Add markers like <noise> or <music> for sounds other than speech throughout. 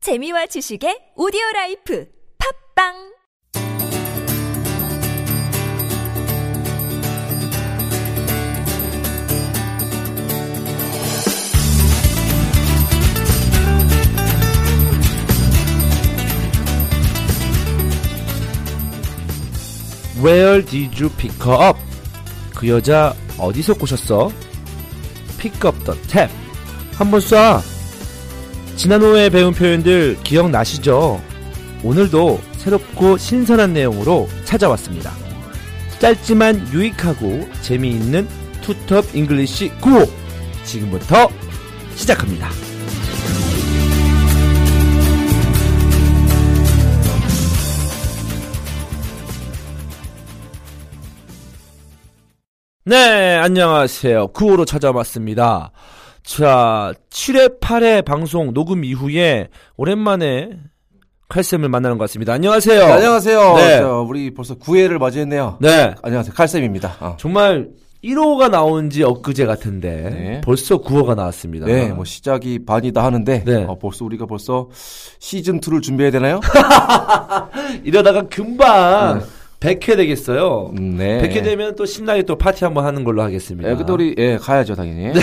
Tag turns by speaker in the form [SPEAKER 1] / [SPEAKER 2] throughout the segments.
[SPEAKER 1] 재미와 지식의 오디오 라이프 팝빵
[SPEAKER 2] Where did you pick her up? 그 여자 어디서 꼬셨어? Pick up the tab. 한번 쏴. 지난 후에 배운 표현들 기억나시죠? 오늘도 새롭고 신선한 내용으로 찾아왔습니다. 짧지만 유익하고 재미있는 투톱 잉글리시 구호. 지금부터 시작합니다. 네, 안녕하세요. 9호로 찾아왔습니다. 자, 7회, 8회 방송 녹음 이후에 오랜만에 칼쌤을 만나는 것 같습니다. 안녕하세요.
[SPEAKER 3] 네, 안녕하세요.
[SPEAKER 2] 네.
[SPEAKER 3] 자, 우리 벌써 9회를 맞이했네요.
[SPEAKER 2] 네.
[SPEAKER 3] 안녕하세요. 칼쌤입니다. 아.
[SPEAKER 2] 정말 1호가 나온 지 엊그제 같은데
[SPEAKER 3] 네.
[SPEAKER 2] 벌써 9호가 나왔습니다.
[SPEAKER 3] 네, 뭐 시작이 반이다 하는데
[SPEAKER 2] 네.
[SPEAKER 3] 어, 벌써 우리가 벌써 시즌 2를 준비해야
[SPEAKER 2] <laughs>
[SPEAKER 3] 되나요?
[SPEAKER 2] 이러다가 금방 100회 되겠어요.
[SPEAKER 3] 음, 네.
[SPEAKER 2] 100회 되면 또 신나게 또 파티 한번 하는 걸로 하겠습니다. 네.
[SPEAKER 3] 예, 근데 우리 예, 가야죠, 당연히. 음.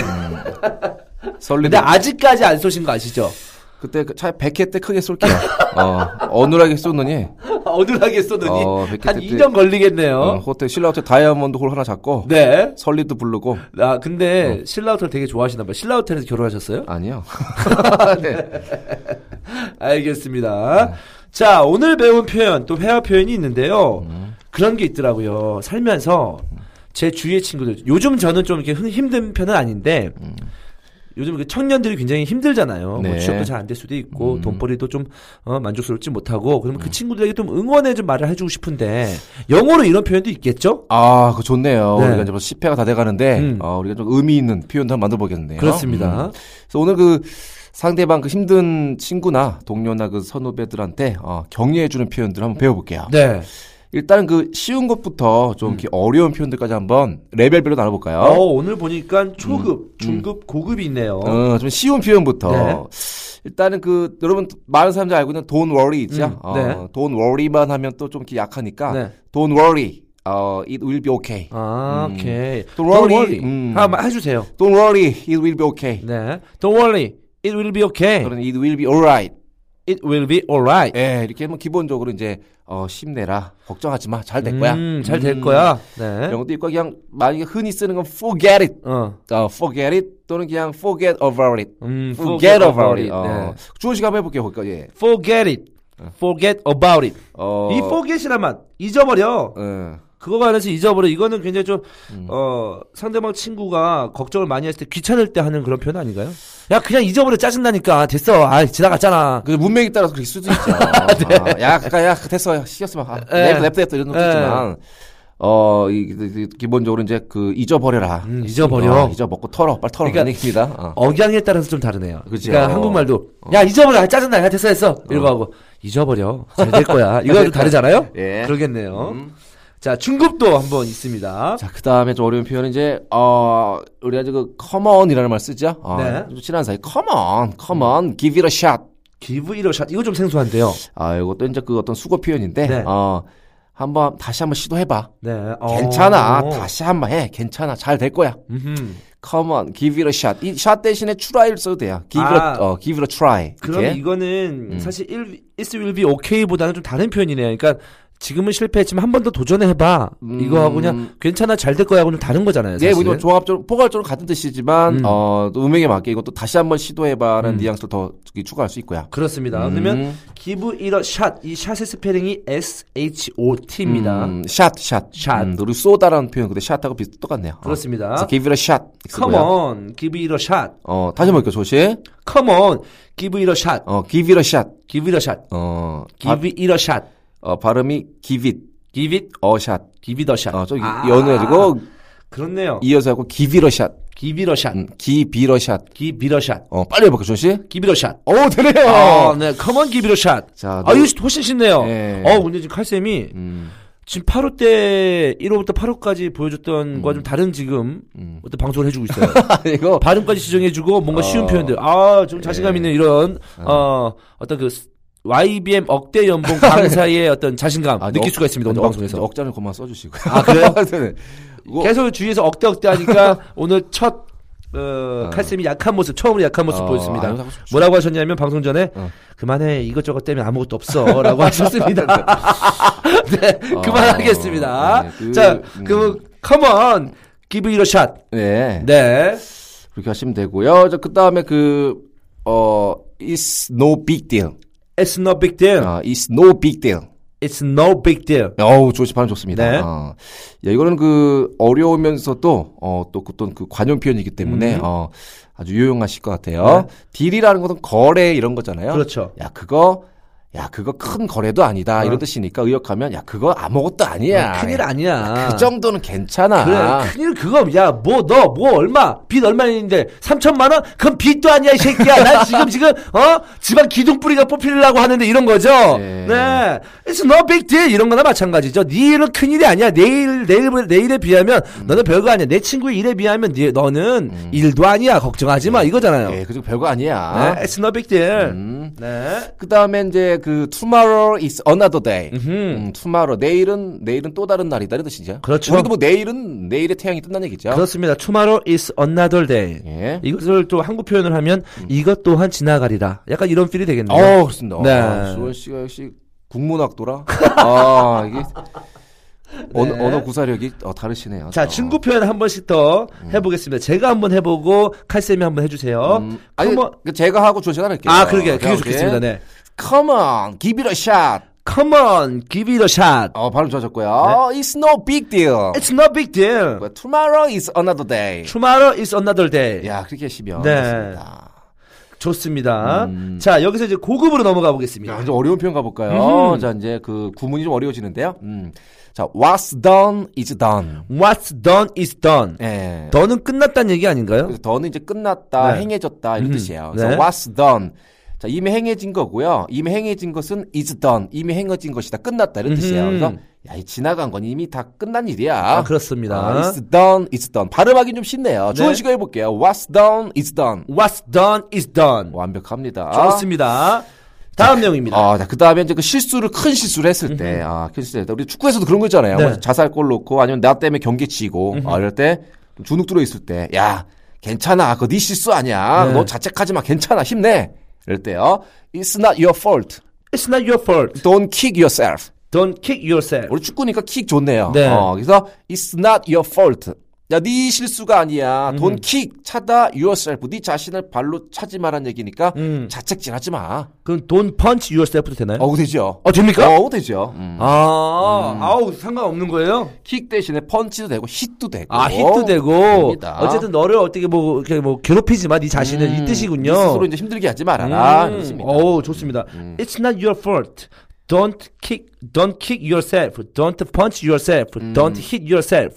[SPEAKER 2] 근데
[SPEAKER 3] 설레는
[SPEAKER 2] 아직까지 안 쏘신 거
[SPEAKER 3] <laughs>
[SPEAKER 2] 아시죠?
[SPEAKER 3] 그때 차 100회 때 크게 쏠게요. 어, 어눌하게 쏘느니
[SPEAKER 2] 어눌하게 쏘더니
[SPEAKER 3] 어, 100회
[SPEAKER 2] 한
[SPEAKER 3] 때-
[SPEAKER 2] 2년 걸리겠네요.
[SPEAKER 3] 어, 호텔 신라 호텔 다이아몬드 홀 하나 잡고
[SPEAKER 2] 네.
[SPEAKER 3] 설리도 부르고
[SPEAKER 2] 아 근데
[SPEAKER 3] 어.
[SPEAKER 2] 신라 호텔 되게 좋아하시나 봐요. 신라 호텔에서 결혼하셨어요? <laughs>
[SPEAKER 3] 아니요. 네.
[SPEAKER 2] 알겠습니다. 자 오늘 배운 표현 또 회화 표현이 있는데요. 그런 게 있더라고요. 살면서 제 주위의 친구들 요즘 저는 좀 이렇게 흔- 힘든 편은 아닌데 요즘 그 청년들이 굉장히 힘들잖아요. 뭐
[SPEAKER 3] 네. 음.
[SPEAKER 2] 취업도 잘 안 될 수도 있고 돈벌이도 좀 어, 만족스럽지 못하고 그러면 그 친구들에게 좀 응원의 좀 말을 해주고 싶은데 영어로 이런 표현도 있겠죠?
[SPEAKER 3] 아, 그거 좋네요.
[SPEAKER 2] 네.
[SPEAKER 3] 우리가 이제 벌써 10회가 다 돼가는데
[SPEAKER 2] 음.
[SPEAKER 3] 어, 우리가 좀 의미 있는 표현도 한번 만들어 보겠네요.
[SPEAKER 2] 그렇습니다.
[SPEAKER 3] 그래서 오늘 그 상대방 그 힘든 친구나 동료나 그 선후배들한테 어, 격려해주는 표현들 한번 배워볼게요.
[SPEAKER 2] 네. 음.
[SPEAKER 3] 일단 그 쉬운 것부터 좀 이렇게 어려운 표현들까지 한번 레벨별로 나눠볼까요?
[SPEAKER 2] 어, 오늘 보니까 초급, 중급, 고급이 있네요.
[SPEAKER 3] 음. 어, 좀 쉬운 표현부터.
[SPEAKER 2] 네.
[SPEAKER 3] 일단은 그 여러분 많은 사람들이 알고 있는 don't worry 있죠.
[SPEAKER 2] 음,
[SPEAKER 3] 어,
[SPEAKER 2] 네.
[SPEAKER 3] don't worry만 하면 또 좀 이렇게 약하니까
[SPEAKER 2] 네.
[SPEAKER 3] don't worry, 어, it will be okay.
[SPEAKER 2] 아,
[SPEAKER 3] 음.
[SPEAKER 2] 오케이.
[SPEAKER 3] Don't worry. 음.
[SPEAKER 2] 아, 마- 해주세요.
[SPEAKER 3] Don't worry, it will be okay.
[SPEAKER 2] 네. Don't worry. It will be okay.
[SPEAKER 3] 그러니 it will be alright.
[SPEAKER 2] It will be alright.
[SPEAKER 3] 예, 이렇게 하면 기본적으로 이제 어, 힘내라, 걱정하지 마, 잘 될 거야.
[SPEAKER 2] 음, 잘 될
[SPEAKER 3] 음,
[SPEAKER 2] 거야. 네.
[SPEAKER 3] 영어도 있고 그냥 만약에 흔히 쓰는 건 forget it,
[SPEAKER 2] 어.
[SPEAKER 3] 어, forget it 또는 그냥 forget about it,
[SPEAKER 2] 음,
[SPEAKER 3] forget about it. 어.
[SPEAKER 2] 네.
[SPEAKER 3] 주어식 한번 해볼게요. 거기까지. 예.
[SPEAKER 2] Forget it. Forget about it.
[SPEAKER 3] 어,
[SPEAKER 2] 이 forget이라만 잊어버려.
[SPEAKER 3] 어,
[SPEAKER 2] 그거 관해서 잊어버려. 이거는 굉장히 좀,
[SPEAKER 3] 음.
[SPEAKER 2] 어, 상대방 친구가 걱정을 많이 했을 때 귀찮을 때 하는 그런 표현 아닌가요? 야, 그냥 잊어버려. 짜증나니까. 됐어. 아, 지나갔잖아.
[SPEAKER 3] 그 문맥에 따라서 그렇게
[SPEAKER 2] <laughs>
[SPEAKER 3] 수도 있죠. 아, 야, 아까 야, 됐어, 시켰어 아, 마.
[SPEAKER 2] 네. 예.
[SPEAKER 3] 냅다, 냅다, 냅다 이런 것도
[SPEAKER 2] 예.
[SPEAKER 3] 있지만, 어, 이, 이- 이- 기본적으로 이제 그 잊어버려라.
[SPEAKER 2] 음, 잊어버려.
[SPEAKER 3] 어, 잊어먹고 털어, 빨리 털어. 그런
[SPEAKER 2] 그러니까-
[SPEAKER 3] 얘기입니다. 어.
[SPEAKER 2] 억양에 따라서 좀 다르네요.
[SPEAKER 3] 그죠.
[SPEAKER 2] 러니까 한국말도 야 잊어버려 아, 짜증나 야 됐어 됐어 이러고 하고 잊어버려 잘 될 거야
[SPEAKER 3] <laughs>
[SPEAKER 2] 이거 좀 다르잖아요.
[SPEAKER 3] 예.
[SPEAKER 2] 그러겠네요. 자 중급도 한번 있습니다.
[SPEAKER 3] 자, 그 다음에 좀 어려운 표현은 이제, 어, 우리가 이제 그, come on이라는 말 쓰죠? 어,
[SPEAKER 2] 네.
[SPEAKER 3] 좀 친한 사이, come on, come on, give it a shot.
[SPEAKER 2] give it a shot 이거 좀 생소한데요.
[SPEAKER 3] 아, 이것도 이제 그 어떤 수거 표현인데,
[SPEAKER 2] 네.
[SPEAKER 3] 어, 한번, 다시 한번 시도해봐.
[SPEAKER 2] 네
[SPEAKER 3] 괜찮아.
[SPEAKER 2] 어.
[SPEAKER 3] 다시 한번 해. 괜찮아. 잘 될 거야.
[SPEAKER 2] 음흠.
[SPEAKER 3] come on, give it a shot. 이 shot 대신에 try를 써도 돼요. give,
[SPEAKER 2] 아.
[SPEAKER 3] it, a, 어, give it a try.
[SPEAKER 2] 그럼
[SPEAKER 3] 이렇게.
[SPEAKER 2] 이거는
[SPEAKER 3] 음.
[SPEAKER 2] 사실 일, it will be okay보다는 좀 다른 표현이네요. 그러니까 지금은 실패했지만 한 번 더 도전해 해봐 이거
[SPEAKER 3] 음.
[SPEAKER 2] 하고 그냥 괜찮아 잘 될 거야 하고 좀 다른 거잖아요.
[SPEAKER 3] 네,
[SPEAKER 2] 사실은.
[SPEAKER 3] 뭐 종합적으로, 포괄적으로 같은 뜻이지만, 어, 또 음악에 맞게 이것도 다시 한번 시도해봐라는
[SPEAKER 2] 음.
[SPEAKER 3] 뉘앙스를 더 추가할 수 있고요.
[SPEAKER 2] 그렇습니다.
[SPEAKER 3] 음.
[SPEAKER 2] 그러면 give it a shot 이 샷의 스페링이 S H O T입니다.
[SPEAKER 3] 음, 샷, 샷.
[SPEAKER 2] 샷.
[SPEAKER 3] 음, 우리 쏘다라는 표현 근데 샷하고 비슷 똑같네요.
[SPEAKER 2] 그렇습니다.
[SPEAKER 3] 어. 그래서 give it a shot. 이렇게
[SPEAKER 2] Come
[SPEAKER 3] 쓰고요.
[SPEAKER 2] on, give it a shot.
[SPEAKER 3] 어, 다시 한번 볼게요, 조시.
[SPEAKER 2] Come on, give it a shot.
[SPEAKER 3] 어, give it a shot.
[SPEAKER 2] Give it a shot.
[SPEAKER 3] 어, 바,
[SPEAKER 2] Give it a shot.
[SPEAKER 3] 어 발음이 give it
[SPEAKER 2] Give it,
[SPEAKER 3] a shot.
[SPEAKER 2] give it a shot.
[SPEAKER 3] 어, 좀
[SPEAKER 2] 아,
[SPEAKER 3] 연우해가지고
[SPEAKER 2] 그렇네요.
[SPEAKER 3] 이어서 하고 give it a shot.
[SPEAKER 2] Give it a shot.
[SPEAKER 3] 음, give it a shot.
[SPEAKER 2] Give it a shot.
[SPEAKER 3] 어, 빨리 해볼게요, 조시.
[SPEAKER 2] Give it a shot.
[SPEAKER 3] 오, 어, 되네요.
[SPEAKER 2] 아, 네. Come on, give it a shot.
[SPEAKER 3] 자,
[SPEAKER 2] 아,
[SPEAKER 3] 노-
[SPEAKER 2] 이거 훨씬 쉽네요.
[SPEAKER 3] 예.
[SPEAKER 2] 어, 근데 지금 칼쌤이 지금 8호 때 1호부터 8호까지 보여줬던 거와 좀 다른 지금
[SPEAKER 3] 음.
[SPEAKER 2] 어떤 방송을 해주고 있어요.
[SPEAKER 3] 이거
[SPEAKER 2] 발음까지 지정해주고 뭔가 쉬운
[SPEAKER 3] 어.
[SPEAKER 2] 표현들. 아, 좀 자신감
[SPEAKER 3] 예.
[SPEAKER 2] 있는 이런 어 어떤 그 스- YBM 억대 연봉
[SPEAKER 3] <laughs>
[SPEAKER 2] 강사의 어떤 자신감 느낄 수가 있습니다 오늘
[SPEAKER 3] 아, 억-
[SPEAKER 2] 방송에서.
[SPEAKER 3] 억자는 그만 써주시고.
[SPEAKER 2] 아, 그래요?
[SPEAKER 3] <laughs> 네. 이거-
[SPEAKER 2] 계속 주위에서 억대 억대
[SPEAKER 3] <laughs>
[SPEAKER 2] 하니까 오늘 첫 어,
[SPEAKER 3] 어.
[SPEAKER 2] 칼쌤이 약한 모습 처음으로 약한 모습
[SPEAKER 3] 어,
[SPEAKER 2] 보였습니다.
[SPEAKER 3] 아유, 자꾸 수-
[SPEAKER 2] 뭐라고 하셨냐면 방송 전에
[SPEAKER 3] 어.
[SPEAKER 2] 그만해 이것저것 때문에 아무것도 없어라고 <laughs>
[SPEAKER 3] <laughs>
[SPEAKER 2] 하셨습니다. 네,
[SPEAKER 3] 어,
[SPEAKER 2] 그만하겠습니다.
[SPEAKER 3] 네, 그-
[SPEAKER 2] 자, 그럼 컴온 give it a shot.
[SPEAKER 3] 네.
[SPEAKER 2] 네.
[SPEAKER 3] 그렇게 하시면 되고요. 그 다음에 그, 어, it's no big deal.
[SPEAKER 2] It's no big deal.
[SPEAKER 3] 아, it's no big deal.
[SPEAKER 2] It's no big deal.
[SPEAKER 3] 어우, 조시 발음 좋습니다.
[SPEAKER 2] 네.
[SPEAKER 3] 어. 야, 이거는 그, 어려우면서도, 어, 또, 그, 어떤 그 관용 표현이기
[SPEAKER 2] 음.
[SPEAKER 3] 때문에, 어, 아주 유용하실 것 같아요. 딜이라는 것은 거래 이런 거잖아요.
[SPEAKER 2] 네. 그렇죠.
[SPEAKER 3] 야, 그거, 야, 그거 큰 거래도
[SPEAKER 2] 어.
[SPEAKER 3] 아니다.
[SPEAKER 2] 네,
[SPEAKER 3] 이런 뜻이니까, 의역하면, 야, 그거 아무것도 아니야.
[SPEAKER 2] 뭐 큰일 아니야.
[SPEAKER 3] 그 정도는 괜찮아.
[SPEAKER 2] 그래, 큰일 그거. 야, 뭐, 너, 뭐, 얼마? 빚 얼마인데? 3천만원? 그건 빚도 아니야, 이 새끼야. <laughs> 난 지금, 지금, 어? 집안 기둥뿌리가 뽑히려고 하는데 이런 거죠?
[SPEAKER 3] 네.
[SPEAKER 2] 네. It's no big deal. 이런 거나 마찬가지죠. 네 일은 큰일이 아니야. 내일, 내일, 내일에 비하면 너는 별거 아니야. 내 친구의 일에 비하면 네, 너는 일도 아니야. 걱정하지 마. 이거잖아요.
[SPEAKER 3] 예, 그중 별거 아니야.
[SPEAKER 2] 네. It's no big deal.
[SPEAKER 3] 음.
[SPEAKER 2] 네.
[SPEAKER 3] 그 다음에 이제 그 tomorrow is another day.
[SPEAKER 2] 음흠.
[SPEAKER 3] 음, tomorrow 내일은 내일은 또 다른 날이다 이런 뜻이죠.
[SPEAKER 2] 그렇죠.
[SPEAKER 3] 우리도 뭐 내일은 내일의 태양이 뜬다는 얘기죠.
[SPEAKER 2] 그렇습니다. Tomorrow is another day.
[SPEAKER 3] 예.
[SPEAKER 2] 이것을 또 한국 표현을 하면 이것 또한 지나가리라. 약간 이런 필이 되겠네요.
[SPEAKER 3] 음. 어, 그렇습니다.
[SPEAKER 2] 네.
[SPEAKER 3] 아, 수원 씨가 역시
[SPEAKER 2] <laughs>
[SPEAKER 3] 국문학도라. 아, 이게 언어, 언어 구사력이 어, 다르시네요.
[SPEAKER 2] 네. 자,
[SPEAKER 3] 어.
[SPEAKER 2] 친구 표현 한 번씩 더 해보겠습니다. 제가 한 번 해보고 칼쌤이 한 번 해주세요.
[SPEAKER 3] 음, 아니,
[SPEAKER 2] Come on.
[SPEAKER 3] 그 제가 하고 조시가 할게요. 어,
[SPEAKER 2] 아, 그러게. 그게
[SPEAKER 3] 오케이.
[SPEAKER 2] 좋겠습니다. 네.
[SPEAKER 3] Come on, give it a shot.
[SPEAKER 2] Come on, give it a shot.
[SPEAKER 3] 어, 발음 좋아졌고요. It's no big deal.
[SPEAKER 2] 네. It's no big deal.
[SPEAKER 3] Tomorrow is another day.
[SPEAKER 2] Tomorrow is another day.
[SPEAKER 3] 야, 그렇게 하시면
[SPEAKER 2] 네.
[SPEAKER 3] 좋습니다.
[SPEAKER 2] 좋습니다.
[SPEAKER 3] 음.
[SPEAKER 2] 자, 여기서 이제 고급으로 넘어가 보겠습니다.
[SPEAKER 3] 야, 이제 어려운 표현 가볼까요? 자, 이제 그 구문이 좀 어려워지는데요. 음. 자, what's done is
[SPEAKER 2] 음.
[SPEAKER 3] done.
[SPEAKER 2] What's done is done.
[SPEAKER 3] 예.
[SPEAKER 2] 더는 끝났다는 얘기 아닌가요?
[SPEAKER 3] 그래서 done은 이제 끝났다,
[SPEAKER 2] 네.
[SPEAKER 3] 행해졌다, 이런
[SPEAKER 2] 음,
[SPEAKER 3] 뜻이에요. 그래서
[SPEAKER 2] 네.
[SPEAKER 3] what's done. 자, 이미 행해진 거고요. 이미 행해진 것은 is done. 이미 행해진 것이다, 끝났다, 이런 뜻이에요.
[SPEAKER 2] 음흠.
[SPEAKER 3] 그래서, 야, 이 지나간 건 이미 다 끝난 일이야.
[SPEAKER 2] 아, 그렇습니다.
[SPEAKER 3] 아, it's done, it's done. 발음하기 좀 쉽네요. 좋은
[SPEAKER 2] 네.
[SPEAKER 3] 식으로 해볼게요. What's done, is done.
[SPEAKER 2] What's done is done.
[SPEAKER 3] 완벽합니다.
[SPEAKER 2] 좋습니다. 다음 내용입니다.
[SPEAKER 3] 아, 자, 그 다음에 이제 그 실수를, 큰 실수를 했을 때, 아, 큰 실수를 했다. 우리 축구에서도 그런 거 있잖아요.
[SPEAKER 2] 네.
[SPEAKER 3] 뭐 자살골 넣고, 아니면 나 때문에 경기 지고, 아, 이럴 때, 좀 주눅 들어 있을 때, 야, 괜찮아. 그거 네 실수 아니야.
[SPEAKER 2] 네.
[SPEAKER 3] 너 자책하지 마. 괜찮아. 힘내. 이럴 때요. It's not your fault.
[SPEAKER 2] It's not your fault.
[SPEAKER 3] Don't kick yourself.
[SPEAKER 2] Don't kick yourself.
[SPEAKER 3] 우리 축구니까 킥 좋네요.
[SPEAKER 2] 네.
[SPEAKER 3] 어, 그래서, it's not your fault. 야, 네 실수가 아니야. Don't kick. 차다 yourself. 네 자신을 발로 차지 마란 얘기니까,
[SPEAKER 2] 음.
[SPEAKER 3] 자책질 하지 마.
[SPEAKER 2] 그럼 don't punch yourself도 되나요?
[SPEAKER 3] 어우, 되죠.
[SPEAKER 2] 어, 됩니까?
[SPEAKER 3] 어우, 되죠. 음.
[SPEAKER 2] 아, 아우 상관없는 거예요?
[SPEAKER 3] 킥 대신에 펀치도 되고 힛도 되고
[SPEAKER 2] 아, 히트 되고
[SPEAKER 3] 어, 됩니다.
[SPEAKER 2] 어쨌든 너를 어떻게 뭐 이렇게 뭐 괴롭히지 마, 네 자신을 이 뜻이군요. 음.
[SPEAKER 3] 네 스스로 이제 힘들게 하지 말아라 이런 뜻입니다. 음.
[SPEAKER 2] 어, 좋습니다. It's not your fault. Don't kick, don't kick yourself. Don't punch yourself. Don't hit yourself.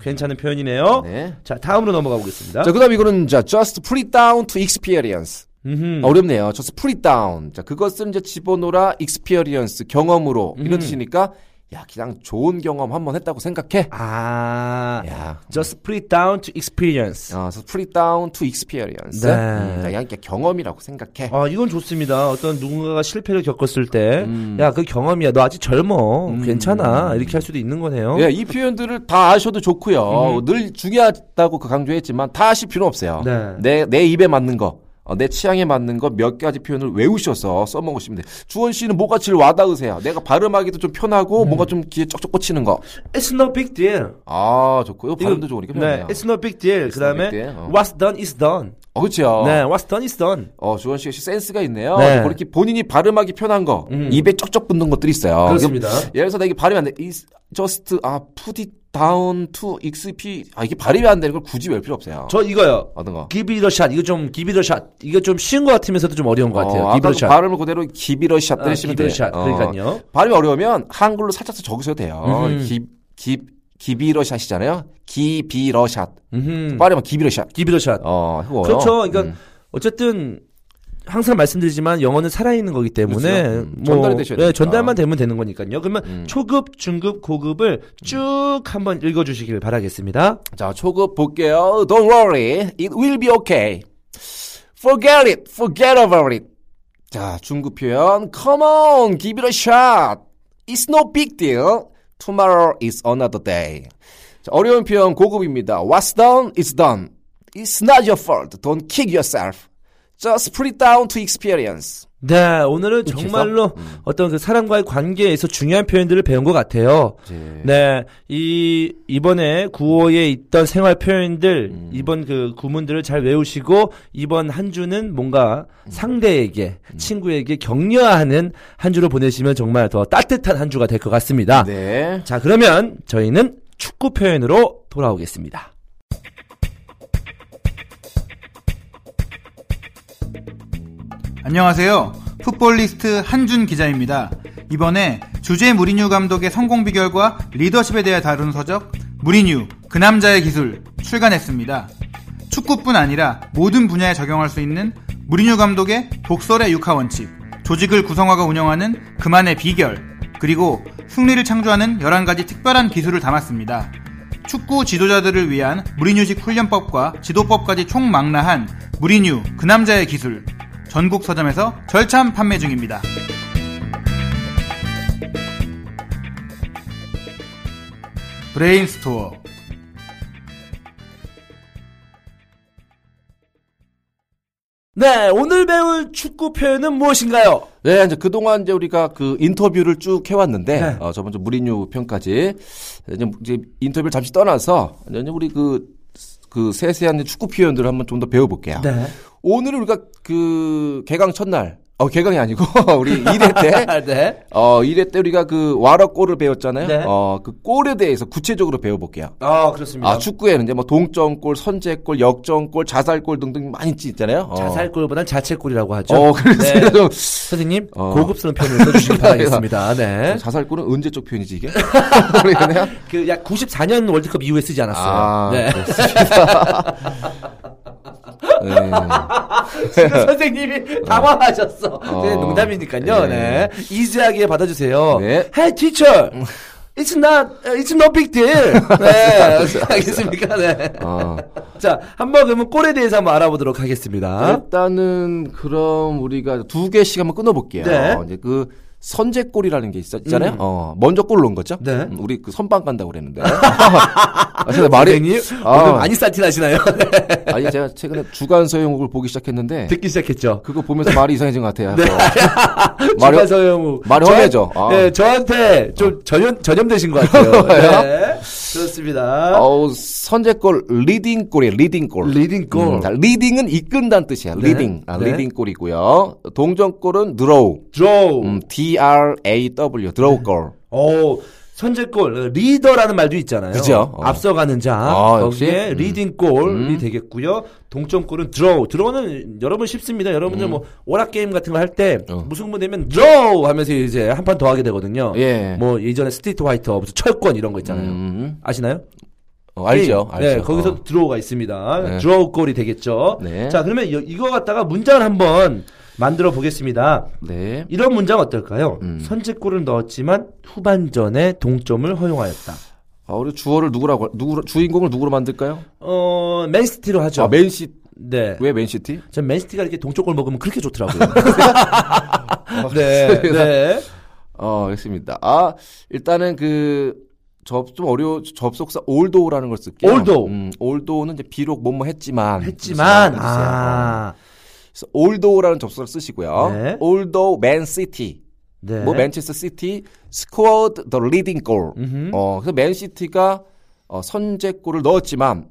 [SPEAKER 2] 괜찮은 표현이네요.
[SPEAKER 3] 음. 네.
[SPEAKER 2] 자, 다음으로 넘어가 보겠습니다.
[SPEAKER 3] 자 그다음 이거는 자 just put it down to experience 아,
[SPEAKER 2] 음흠.
[SPEAKER 3] 어렵네요. just put it down 자 그것을 이제 집어넣어라 experience 경험으로 이런 뜻이니까 야 그냥 좋은 경험 한번 했다고 생각해.
[SPEAKER 2] 아,
[SPEAKER 3] 야
[SPEAKER 2] just put it down to experience.
[SPEAKER 3] 어, so put it down to experience
[SPEAKER 2] 네.
[SPEAKER 3] 음, 자, 그냥 경험이라고 생각해.
[SPEAKER 2] 아, 이건 좋습니다. 어떤 누군가가 실패를 겪었을 때,
[SPEAKER 3] 음.
[SPEAKER 2] 야, 그 경험이야. 너 아직 젊어. 괜찮아. 이렇게 할 수도 있는 거네요.
[SPEAKER 3] 예, 이 표현들을 다 아셔도 좋고요. 늘 중요하다고 그 강조했지만 다 아실 필요
[SPEAKER 2] 음.
[SPEAKER 3] 없어요.
[SPEAKER 2] 네.
[SPEAKER 3] 내, 내 입에 맞는 거, 어, 내 취향에 맞는 거 몇 가지 표현을 외우셔서 써먹으시면 돼요. 주원 씨는 뭐가 제일 와닿으세요? 내가 발음하기도 좀 편하고 뭔가 좀 귀에 쩍쩍 꽂히는 거.
[SPEAKER 2] It's no big deal.
[SPEAKER 3] 아, 좋고요. 발음도
[SPEAKER 2] 이거-
[SPEAKER 3] 좋으니까
[SPEAKER 2] 네,
[SPEAKER 3] 편해요.
[SPEAKER 2] it's no big deal. 그
[SPEAKER 3] no
[SPEAKER 2] 다음에
[SPEAKER 3] big deal. 어.
[SPEAKER 2] what's done is done.
[SPEAKER 3] 어, 그렇죠.
[SPEAKER 2] 네, what's done is done.
[SPEAKER 3] 어, 주원 씨가 센스가 있네요.
[SPEAKER 2] 네.
[SPEAKER 3] 그렇게 본인이 발음하기 편한 거, 입에 쩍쩍 붙는 것들이 있어요.
[SPEAKER 2] 그렇습니다.
[SPEAKER 3] 그럼 예를 들어서 나 이게 발음이 안 돼. is just, 아, put it down to exp. 아, 이게 발음이 안 되는 걸 굳이 외울 필요 없어요.
[SPEAKER 2] 저 이거요.
[SPEAKER 3] 어떤 거?
[SPEAKER 2] Give it a shot. 이거 좀 give it a shot. 이거 좀 쉬운 것 같으면서도 좀 어려운 것 같아요.
[SPEAKER 3] 어,
[SPEAKER 2] give it
[SPEAKER 3] 아까
[SPEAKER 2] a
[SPEAKER 3] 그
[SPEAKER 2] shot.
[SPEAKER 3] 발음을 그대로 기비러샷
[SPEAKER 2] 아,
[SPEAKER 3] 때리시면
[SPEAKER 2] give
[SPEAKER 3] 돼요. 어.
[SPEAKER 2] it a shot. 그러니까요.
[SPEAKER 3] 발음이 어려우면 한글로 살짝 더 적으셔도 돼요. 기, 기, 기비러샷이잖아요. 기비러샷.
[SPEAKER 2] 음흠.
[SPEAKER 3] 발음은 기비러샷.
[SPEAKER 2] Give it a shot.
[SPEAKER 3] 어, 그거요.
[SPEAKER 2] 그렇죠. 그러니까 어쨌든 그렇죠. 항상 말씀드리지만 영어는 살아있는 거기 때문에
[SPEAKER 3] 그렇죠. 음,
[SPEAKER 2] 뭐,
[SPEAKER 3] 전달이 되셔야
[SPEAKER 2] 예,
[SPEAKER 3] 되니까.
[SPEAKER 2] 전달만 되면 되는 거니까요. 그러면
[SPEAKER 3] 음.
[SPEAKER 2] 초급, 중급, 고급을 쭉 한번 읽어주시길 바라겠습니다.
[SPEAKER 3] 자, 초급 볼게요. Don't worry. It will be okay. Forget it. Forget about it. 자, 중급 표현. Come on. Give it a shot. It's no big deal. Tomorrow is another day. 자, 어려운 표현 고급입니다. What's done is done. It's not your fault. Don't kick yourself. Just put it down to experience.
[SPEAKER 2] 네, 오늘은 정말로
[SPEAKER 3] 음.
[SPEAKER 2] 어떤 그 사람과의 관계에서 중요한 표현들을 배운 것 같아요. 네, 이 이번에 구호에 있던 생활 표현들
[SPEAKER 3] 음.
[SPEAKER 2] 이번 그 구문들을 잘 외우시고 이번 한 주는 뭔가
[SPEAKER 3] 음.
[SPEAKER 2] 상대에게 친구에게 격려하는 한 주로 보내시면 정말 더 따뜻한 한 주가 될 것 같습니다.
[SPEAKER 3] 네.
[SPEAKER 2] 자, 그러면 저희는 축구 표현으로 돌아오겠습니다.
[SPEAKER 4] 안녕하세요. 풋볼리스트 한준 기자입니다. 이번에 주제 무리뉴 감독의 성공 비결과 리더십에 대해 다룬 서적 무리뉴 그 남자의 기술 출간했습니다. 축구뿐 아니라 모든 분야에 적용할 수 있는 무리뉴 감독의 독설의 육하 원칙, 조직을 구성화가 운영하는 그만의 비결, 그리고 승리를 창조하는 11가지 특별한 기술을 담았습니다. 축구 지도자들을 위한 무리뉴식 훈련법과 지도법까지 총망라한 무리뉴 그 남자의 기술 전국 서점에서 절찬 판매 중입니다. 브레인스토어
[SPEAKER 2] 네, 오늘 배울 축구 표현은 무엇인가요?
[SPEAKER 3] 네, 이제 그동안 이제 우리가 그 인터뷰를 쭉 해왔는데,
[SPEAKER 2] 네.
[SPEAKER 3] 어, 저번 주 무리뉴 편까지, 이제, 이제 인터뷰를 잠시 떠나서, 이제 우리 그, 그 세세한 축구 표현들을 한번 좀 더 배워볼게요.
[SPEAKER 2] 네.
[SPEAKER 3] 오늘 우리가 그, 개강 첫날, 어, 개강이 아니고, <laughs> 우리 1회 때,
[SPEAKER 2] <laughs> 네.
[SPEAKER 3] 어, 1회 때 우리가 그 와라 골을 배웠잖아요.
[SPEAKER 2] 네.
[SPEAKER 3] 어, 그 골에 대해서 구체적으로 배워볼게요.
[SPEAKER 2] 아, 그렇습니다.
[SPEAKER 3] 아, 축구에는 이제 뭐 동점골, 선제골, 역전골, 자살골 등등 많이 있잖아요. 어.
[SPEAKER 2] 자살골보단 자책골이라고 하죠.
[SPEAKER 3] 어, 그래서
[SPEAKER 2] 네.
[SPEAKER 3] 좀
[SPEAKER 2] 선생님
[SPEAKER 3] 어.
[SPEAKER 2] 고급스러운 표현을
[SPEAKER 3] <laughs>
[SPEAKER 2] 써주시기 바라겠습니다. 네.
[SPEAKER 3] 그 자살골은 언제적 표현이지 이게? <laughs> 우리 그냥
[SPEAKER 2] 그 약 94년 월드컵 이후에 쓰지 않았어요.
[SPEAKER 3] 아,
[SPEAKER 2] 네.
[SPEAKER 3] 네.
[SPEAKER 2] <laughs> 지금 선생님이 당황하셨어.
[SPEAKER 3] 어.
[SPEAKER 2] 네, 농담이니까요. 네.
[SPEAKER 3] 네.
[SPEAKER 2] 이지하게 받아주세요.
[SPEAKER 3] 네.
[SPEAKER 2] Hey teacher, it's not, it's no big deal.
[SPEAKER 3] <laughs>
[SPEAKER 2] 네, 알겠습니까? 네.
[SPEAKER 3] 어,
[SPEAKER 2] 자, 한번 그러면 골에 대해서 한번 알아보도록 하겠습니다.
[SPEAKER 3] 일단은 그럼 우리가 두 개씩 한번 끊어볼게요.
[SPEAKER 2] 네. 음.
[SPEAKER 3] 이제 그 선제골이라는 게 있- 있잖아요. 어, 먼저 골 넣은 거죠.
[SPEAKER 2] 네.
[SPEAKER 3] 음, 우리 그 선방 간다고
[SPEAKER 2] <laughs>
[SPEAKER 3] 그랬는데. 아, 제가 말이
[SPEAKER 2] 선생님
[SPEAKER 3] 아.
[SPEAKER 2] 오늘 많이 산티나시나요? <laughs> 네.
[SPEAKER 3] 아니 제가 최근에 주간 서영욱을 보기 시작했는데
[SPEAKER 2] 듣기 시작했죠.
[SPEAKER 3] 그거 보면서 말이 이상해진 것 같아요.
[SPEAKER 2] <laughs> 네.
[SPEAKER 3] 그래서 말이
[SPEAKER 2] 말이 서영우
[SPEAKER 3] 말이
[SPEAKER 2] 저한-
[SPEAKER 3] 험해져. 아.
[SPEAKER 2] 네, 저한테 좀 전염 전염되신 것
[SPEAKER 3] <laughs>
[SPEAKER 2] 같아요. 네, 그렇습니다.
[SPEAKER 3] 어우, 선제골 리딩골이에요. 리딩골.
[SPEAKER 2] 리딩골.
[SPEAKER 3] 자, 리딩은 이끈다는 뜻이야.
[SPEAKER 2] 음. 네.
[SPEAKER 3] 리딩. 아,
[SPEAKER 2] 네.
[SPEAKER 3] 리딩골이고요. 동전골은 드로우.
[SPEAKER 2] 드로우.
[SPEAKER 3] 음, D R A W 드로우 골.
[SPEAKER 2] 어 선제골 리더라는 말도 있잖아요.
[SPEAKER 3] 그죠? 어.
[SPEAKER 2] 앞서가는 자.
[SPEAKER 3] 아,
[SPEAKER 2] 거기에
[SPEAKER 3] 역시. 음.
[SPEAKER 2] 리딩골이 되겠고요. 동점골은 드로우. 드로우는 여러분 쉽습니다. 여러분들 뭐 오락 게임 같은 거 할 때
[SPEAKER 3] 음. 어.
[SPEAKER 2] 무승부 되면 드로우 하면서 이제 한 판 더 하게 되거든요.
[SPEAKER 3] 예.
[SPEAKER 2] 뭐 예전에 스트리트 화이터 무슨 철권 이런 거 있잖아요.
[SPEAKER 3] 음,
[SPEAKER 2] 아시나요?
[SPEAKER 3] 어, 알죠. 알죠.
[SPEAKER 2] 네, 거기서
[SPEAKER 3] 어.
[SPEAKER 2] 드로우가 있습니다.
[SPEAKER 3] 네.
[SPEAKER 2] 드로우 골이 되겠죠.
[SPEAKER 3] 네.
[SPEAKER 2] 자, 그러면 이- 이거 갖다가 문장을 한번 만들어 보겠습니다.
[SPEAKER 3] 네.
[SPEAKER 2] 이런 문장 어떨까요?
[SPEAKER 3] 음.
[SPEAKER 2] 선제골을 넣었지만 후반전에 동점을 허용하였다.
[SPEAKER 3] 아, 우리 주어를 누구라고 누구 주인공을 누구로 만들까요?
[SPEAKER 2] 어, 맨시티로 하죠.
[SPEAKER 3] 아, 맨시
[SPEAKER 2] 네.
[SPEAKER 3] 왜 맨시티?
[SPEAKER 2] 전 맨시티가 이렇게 동쪽골 먹으면 그렇게
[SPEAKER 3] <laughs>
[SPEAKER 2] 좋더라고요. 네. 네.
[SPEAKER 3] 어, 알겠습니다. 아, 일단은 그 접 좀 어려워 접속사 올도우라는 걸 쓸게요.
[SPEAKER 2] 올도우.
[SPEAKER 3] 음, 올도우는 이제 비록 뭐뭐 했지만
[SPEAKER 2] 했지만
[SPEAKER 3] 그래서
[SPEAKER 2] 아.
[SPEAKER 3] 그래서 올도우라는 접속사를 쓰시고요.
[SPEAKER 2] 네.
[SPEAKER 3] 올도우 맨시티.
[SPEAKER 2] 네.
[SPEAKER 3] 뭐 맨체스터 시티 스코어드 더 리딩 골. 어, 그래서 맨시티가 어, 선제골을 넣었지만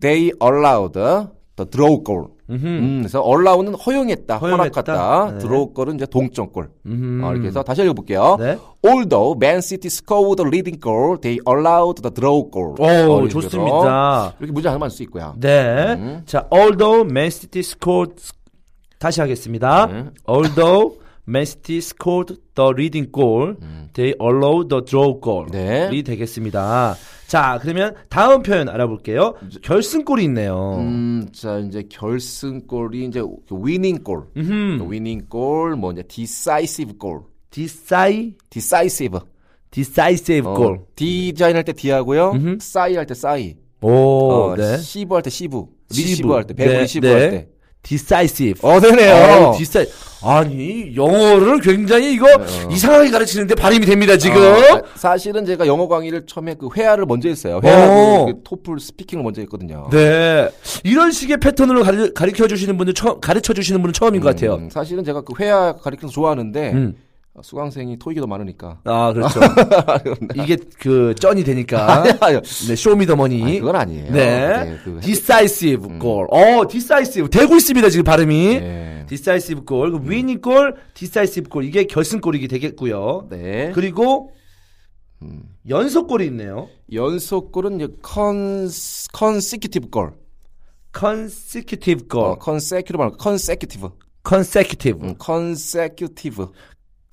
[SPEAKER 3] they allowed the draw goal. 음, 그래서 allow는 허용했다,
[SPEAKER 2] 허용했다.
[SPEAKER 3] 허락했다.
[SPEAKER 2] 네.
[SPEAKER 3] draw goal은 이제 동점골. 어, 이렇게 해서 다시 읽어볼게요.
[SPEAKER 2] 네.
[SPEAKER 3] Although Man City scored the leading goal, they allowed the draw goal. 어,
[SPEAKER 2] 오,
[SPEAKER 3] 이렇게
[SPEAKER 2] 좋습니다.
[SPEAKER 3] 해서 이렇게 문제 하나만 쓸 수 있고요.
[SPEAKER 2] 네.
[SPEAKER 3] 음.
[SPEAKER 2] 자, although Man City scored 다시 하겠습니다.
[SPEAKER 3] 네.
[SPEAKER 2] although Man City scored the leading goal, they allowed the draw goal이
[SPEAKER 3] 음. 네.
[SPEAKER 2] 되겠습니다. 자, 그러면 다음 표현 알아볼게요. 결승골이 있네요.
[SPEAKER 3] 음, 자 이제 결승골이 이제 위닝골, 위닝골, 뭐 이제 decisive 골,
[SPEAKER 2] 디사이
[SPEAKER 3] decisive.
[SPEAKER 2] 디사이세이브
[SPEAKER 3] 어,
[SPEAKER 2] 골.
[SPEAKER 3] 디자인 할때 디하고요, 싸이 할 때 싸이,
[SPEAKER 2] 오,
[SPEAKER 3] 어,
[SPEAKER 2] 네.
[SPEAKER 3] 시브 할 때 시브, 리시브
[SPEAKER 2] 시브.
[SPEAKER 3] 할 때, 배구
[SPEAKER 2] 네,
[SPEAKER 3] 리시브
[SPEAKER 2] 네.
[SPEAKER 3] 할 때.
[SPEAKER 2] 디사이시브.
[SPEAKER 3] 어, 되네요.
[SPEAKER 2] 디사이. 아니, 영어를 굉장히 이거 이상하게 가르치는데 발음이 됩니다, 지금.
[SPEAKER 3] 어, 아, 사실은 제가 영어 강의를 처음에 그 회화를 먼저 했어요. 회화
[SPEAKER 2] 어.
[SPEAKER 3] 그 토플 스피킹을 먼저 했거든요.
[SPEAKER 2] 네. 이런 식의 패턴으로 가르, 가르쳐 주시는 분은 처음, 가르쳐 주시는 분은 처음인 것 같아요.
[SPEAKER 3] 음, 사실은 제가 그 회화 가르치는 거 좋아하는데
[SPEAKER 2] 네, 음.
[SPEAKER 3] 어, 수강생이 토익이 더 많으니까.
[SPEAKER 2] 아,
[SPEAKER 3] <laughs>
[SPEAKER 2] 그렇죠. 이게 그 쩐이 되니까.
[SPEAKER 3] 아니,
[SPEAKER 2] 네, 쇼미더머니.
[SPEAKER 3] 아니, 그건 아니에요.
[SPEAKER 2] 네.
[SPEAKER 3] 네, 그
[SPEAKER 2] decisive 골. 어, decisive. 되고 있습니다, 지금 발음이.
[SPEAKER 3] 네.
[SPEAKER 2] decisive 골. 그 winning 골, decisive 골. 이게 결승골이 되겠고요.
[SPEAKER 3] 네. 음.
[SPEAKER 2] 그리고 연속골이 있네요.
[SPEAKER 3] 연속골은 이제 컨 컨세큐티브 골.
[SPEAKER 2] consecutive 골.
[SPEAKER 3] 어, 컨세큐티브 말 컨세큐티브.
[SPEAKER 2] consecutive.
[SPEAKER 3] 음, 컨세큐티브.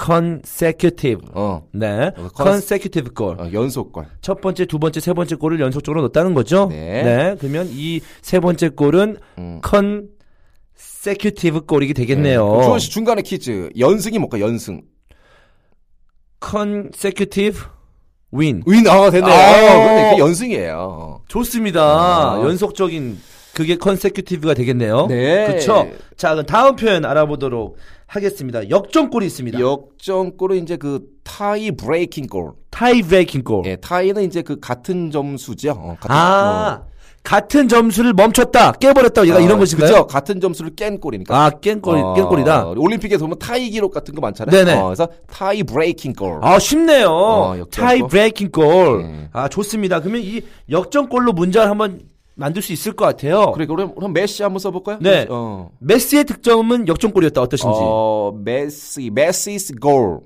[SPEAKER 2] consecutive.
[SPEAKER 3] 어.
[SPEAKER 2] 네.
[SPEAKER 3] 어, 컨-
[SPEAKER 2] consecutive 골.
[SPEAKER 3] 어, 연속골.
[SPEAKER 2] 첫 번째, 두 번째, 세 번째 골을 연속적으로 넣었다는 거죠.
[SPEAKER 3] 네.
[SPEAKER 2] 그러면 이 세 번째 골은
[SPEAKER 3] 음.
[SPEAKER 2] consecutive 골이 되겠네요. 어.
[SPEAKER 3] 네. 그럼 주원 씨 중간에 퀴즈. 연승이 뭘까? 연승.
[SPEAKER 2] consecutive win.
[SPEAKER 3] 윈. 아, 됐네요.
[SPEAKER 2] 아.
[SPEAKER 3] 어, 그런데 그게 연승이에요. 어.
[SPEAKER 2] 좋습니다.
[SPEAKER 3] 아.
[SPEAKER 2] 연속적인 그게 consecutive가 되겠네요.
[SPEAKER 3] 네.
[SPEAKER 2] 그렇죠. 자, 그럼 다음 표현 알아보도록 하겠습니다. 역전골이 있습니다.
[SPEAKER 3] 역전골은 이제 그 타이 브레이킹 골.
[SPEAKER 2] 타이 브레이킹 골.
[SPEAKER 3] 예, 타이는 이제 그 같은 점수죠. 어, 같은,
[SPEAKER 2] 아, 같은 점수를 멈췄다, 깨버렸다, 얘가
[SPEAKER 3] 어,
[SPEAKER 2] 이런 것인가요?
[SPEAKER 3] 그죠? 같은 점수를 깬 골이니까.
[SPEAKER 2] 아, 깬골,
[SPEAKER 3] 어,
[SPEAKER 2] 깬골이다.
[SPEAKER 3] 올림픽에서 보면 타이 기록 같은 거 많잖아요.
[SPEAKER 2] 네네.
[SPEAKER 3] 어, 그래서 타이 브레이킹 골.
[SPEAKER 2] 아, 쉽네요.
[SPEAKER 3] 어, 역전골.
[SPEAKER 2] 타이 브레이킹 골.
[SPEAKER 3] 네.
[SPEAKER 2] 아, 좋습니다. 그러면 이 역전골로 문장을 한번 만들 수 있을 것 같아요.
[SPEAKER 3] 그래, 그럼, 그럼 메시 한번 써볼까요?
[SPEAKER 2] 네.
[SPEAKER 3] 어.
[SPEAKER 2] 메시의 득점은 역전골이었다, 어떠신지.
[SPEAKER 3] 어, 메시, 메시's goal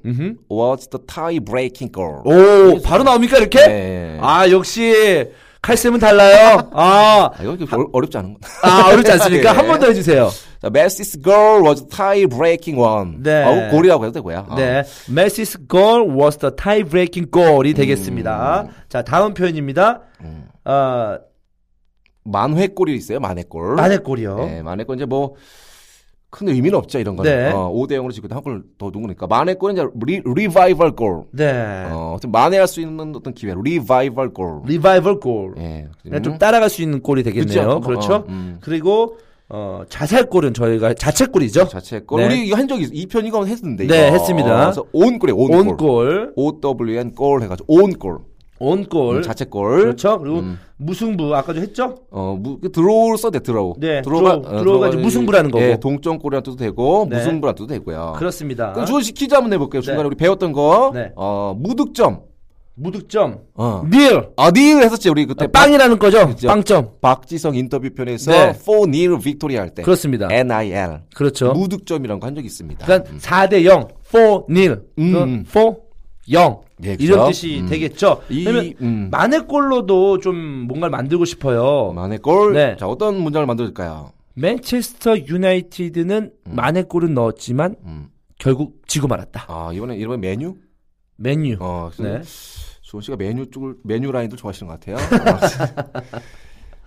[SPEAKER 3] was the tie breaking goal.
[SPEAKER 2] 오, 바로 나옵니까, 이렇게?
[SPEAKER 3] 네.
[SPEAKER 2] 아, 역시, 칼쌤은 달라요. 아,
[SPEAKER 3] 아, 이거 좀 어렵지 않은 거.
[SPEAKER 2] 아 어렵지
[SPEAKER 3] <laughs>
[SPEAKER 2] 않습니까?
[SPEAKER 3] 네.
[SPEAKER 2] 한 번 더 해주세요.
[SPEAKER 3] 자, Messi's goal was the tie breaking one.
[SPEAKER 2] 네.
[SPEAKER 3] 어, 골이라고 해도 되고요. 어.
[SPEAKER 2] 네. Messi's goal was the tie-breaking goal이
[SPEAKER 3] 음.
[SPEAKER 2] 되겠습니다. 자, 다음 표현입니다. 어,
[SPEAKER 3] 만회골이 있어요, 만회골.
[SPEAKER 2] 만의 골이요.
[SPEAKER 3] 네, 만회골 이제 뭐, 큰 의미는 없죠, 이런 거는.
[SPEAKER 2] 네.
[SPEAKER 3] 어, 5대 0으로 지고 한골더 누으니까 만회골은 이제 리, 리바이벌 골.
[SPEAKER 2] 네.
[SPEAKER 3] 어, 좀 만회할 수 있는 어떤 기회, 리바이벌 골.
[SPEAKER 2] 리바이벌 골.
[SPEAKER 3] 예.
[SPEAKER 2] 그냥 네. 좀 따라갈 수 있는 골이 되겠네요.
[SPEAKER 3] 그쵸?
[SPEAKER 2] 그렇죠
[SPEAKER 3] 어, 음.
[SPEAKER 2] 그리고 어, 자살골은 저희가 자책골이죠.
[SPEAKER 3] 자체 골.
[SPEAKER 2] 네.
[SPEAKER 3] 우리 이거 한 적이 2편 이거 했는데.
[SPEAKER 2] 네,
[SPEAKER 3] 이거.
[SPEAKER 2] 했습니다.
[SPEAKER 3] 어, 그래서 온 골이에요, 온,
[SPEAKER 2] 온 골,
[SPEAKER 3] 골. OWN 골 해가지고 온 골.
[SPEAKER 2] 온
[SPEAKER 3] 음,
[SPEAKER 2] 골.
[SPEAKER 3] 자체 음. 골.
[SPEAKER 2] 그렇죠. 그리고 무승부 아까도 했죠.
[SPEAKER 3] 어, 무, 그 드로우를 써대 드로우.
[SPEAKER 2] 네,
[SPEAKER 3] 드로우가- 어,
[SPEAKER 2] 드로우. 드로우가 이제 무승부라는 거고.
[SPEAKER 3] 예, 동점골이라는 뜻도 되고
[SPEAKER 2] 네.
[SPEAKER 3] 무승부라는 뜻도 되고요.
[SPEAKER 2] 그렇습니다.
[SPEAKER 3] 어. 그럼 주호 씨 퀴즈 한번 해볼게요. 중간에 우리 배웠던 거.
[SPEAKER 2] 네.
[SPEAKER 3] 어, 무득점.
[SPEAKER 2] 무득점.
[SPEAKER 3] 어.
[SPEAKER 2] 닐.
[SPEAKER 3] 아, 닐 했었지 우리 그때
[SPEAKER 2] 빵이라는 거죠. 빵점.
[SPEAKER 3] 박, 지성 인터뷰 편에서
[SPEAKER 2] 네.
[SPEAKER 3] 4닐 빅토리 할 때.
[SPEAKER 2] 그렇습니다.
[SPEAKER 3] NIL.
[SPEAKER 2] 그렇죠.
[SPEAKER 3] 네. 무득점이라는 거 한 적이 있습니다.
[SPEAKER 2] 그러니까 4대 0, 4 nil,
[SPEAKER 3] 음.
[SPEAKER 2] 4 0
[SPEAKER 3] 네, 그죠?
[SPEAKER 2] 그 이런 뜻이 되겠죠.
[SPEAKER 3] 이-
[SPEAKER 2] 그러면
[SPEAKER 3] 음.
[SPEAKER 2] 만회골로도 좀 뭔가를 만들고 싶어요.
[SPEAKER 3] 만의 골.
[SPEAKER 2] 네.
[SPEAKER 3] 자, 어떤 문장을 만들까요?
[SPEAKER 2] 맨체스터 유나이티드는 만회골은 넣었지만
[SPEAKER 3] 음.
[SPEAKER 2] 결국 지고 말았다.
[SPEAKER 3] 아, 이번에 이번에 메뉴?
[SPEAKER 2] 맨유.
[SPEAKER 3] 어,
[SPEAKER 2] 네.
[SPEAKER 3] 주원 씨가 메뉴 쪽을 메뉴 라인도 좋아하시는 것 같아요. <laughs>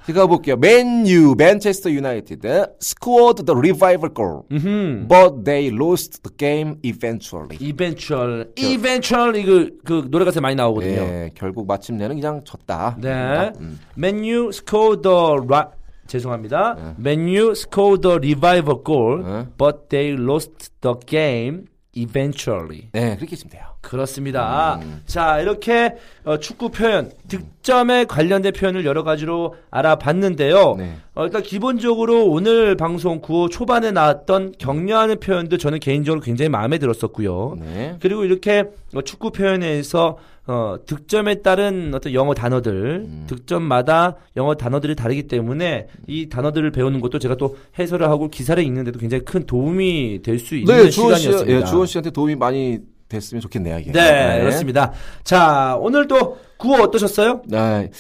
[SPEAKER 3] 제가 볼게요. 맨유, 맨체스터 유나이티드 scored the revival goal,
[SPEAKER 2] 음.
[SPEAKER 3] but they lost the game eventually.
[SPEAKER 2] 이벤츄얼, 이벤츄얼 이거 그 노래 가사에 많이 나오거든요.
[SPEAKER 3] 예, 음. 결국 마침내는 그냥 졌다.
[SPEAKER 2] 네. 맨유 scored the 라...
[SPEAKER 3] 예.
[SPEAKER 2] 죄송합니다. 맨유 scored the revival goal,
[SPEAKER 3] 네.
[SPEAKER 2] but they lost the game eventually.
[SPEAKER 3] 네, 그렇게 있으면 돼요.
[SPEAKER 2] 그렇습니다.
[SPEAKER 3] 음.
[SPEAKER 2] 자, 이렇게 어, 축구 표현, 득점에 관련된 표현을 여러 가지로 알아봤는데요.
[SPEAKER 3] 네.
[SPEAKER 2] 어, 일단 기본적으로 오늘 방송 9호 초반에 나왔던 격려하는 표현도 저는 개인적으로 굉장히 마음에 들었었고요.
[SPEAKER 3] 네.
[SPEAKER 2] 그리고 이렇게 어, 축구 표현에서 어, 득점에 따른 어떤 영어 단어들,
[SPEAKER 3] 음.
[SPEAKER 2] 득점마다 영어 단어들이 다르기 때문에 이 단어들을 배우는 것도 제가 또 해설을 하고 기사를 읽는데도 굉장히 큰 도움이 될 수 있는
[SPEAKER 3] 네, 주원 씨,
[SPEAKER 2] 시간이었습니다.
[SPEAKER 3] 예, 주원 씨한테 도움이 많이 됐으면 좋겠네요. 이게.
[SPEAKER 2] 네, 그렇습니다. 자, 오늘 또 구호 어떠셨어요?
[SPEAKER 3] 네.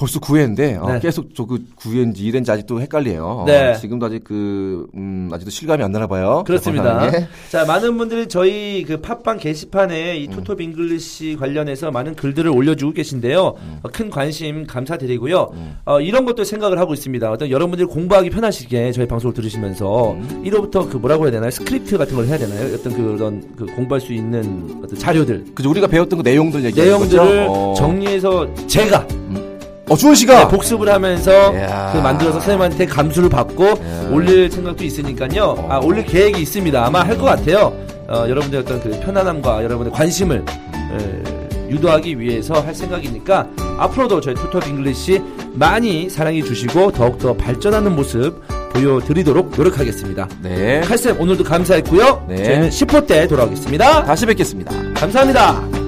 [SPEAKER 3] 벌써 9회인데
[SPEAKER 2] 네.
[SPEAKER 3] 계속 저 그 9회인지 1회인지 아직도 헷갈려요.
[SPEAKER 2] 네.
[SPEAKER 3] 어, 지금도 아직 그 음, 아직도 실감이 안 나나 봐요.
[SPEAKER 2] 그렇습니다.
[SPEAKER 3] 방송하는 게.
[SPEAKER 2] 자, 많은 분들이 저희 그 팟빵 게시판에
[SPEAKER 3] 음.
[SPEAKER 2] 이 토톱 잉글리시 관련해서 많은 글들을 올려주고 계신데요.
[SPEAKER 3] 음.
[SPEAKER 2] 어, 큰 관심 감사드리고요. 어, 이런 것도 생각을 하고 있습니다. 어떤 여러분들이 공부하기 편하시게 저희 방송을 들으시면서
[SPEAKER 3] 음.
[SPEAKER 2] 1호부터 그 뭐라고 해야 되나요? 스크립트 같은 걸 해야 되나요? 어떤 그런 그 공부할 수 있는 어떤 자료들,
[SPEAKER 3] 그죠 우리가 배웠던 그 내용들 얘기하는
[SPEAKER 2] 내용들을
[SPEAKER 3] 거죠? 어.
[SPEAKER 2] 정리해서 제가
[SPEAKER 3] 어 주원 씨가
[SPEAKER 2] 복습을 하면서
[SPEAKER 3] 이야.
[SPEAKER 2] 그 만들어서 선생님한테 감수를 받고 올릴 생각도 있으니까요. 아, 올릴 계획이 있습니다. 아마 할 것 같아요. 어, 여러분들의 어떤 그 편안함과 여러분의 관심을 에, 유도하기 위해서 할 생각이니까 앞으로도 저희 투톱 잉글리시 많이 사랑해 주시고 더욱더 발전하는 모습 보여드리도록 노력하겠습니다.
[SPEAKER 3] 네.
[SPEAKER 2] 칼쌤 오늘도 감사했고요.
[SPEAKER 3] 네.
[SPEAKER 2] 저희는 10호 때 돌아오겠습니다.
[SPEAKER 3] 다시 뵙겠습니다.
[SPEAKER 2] 감사합니다.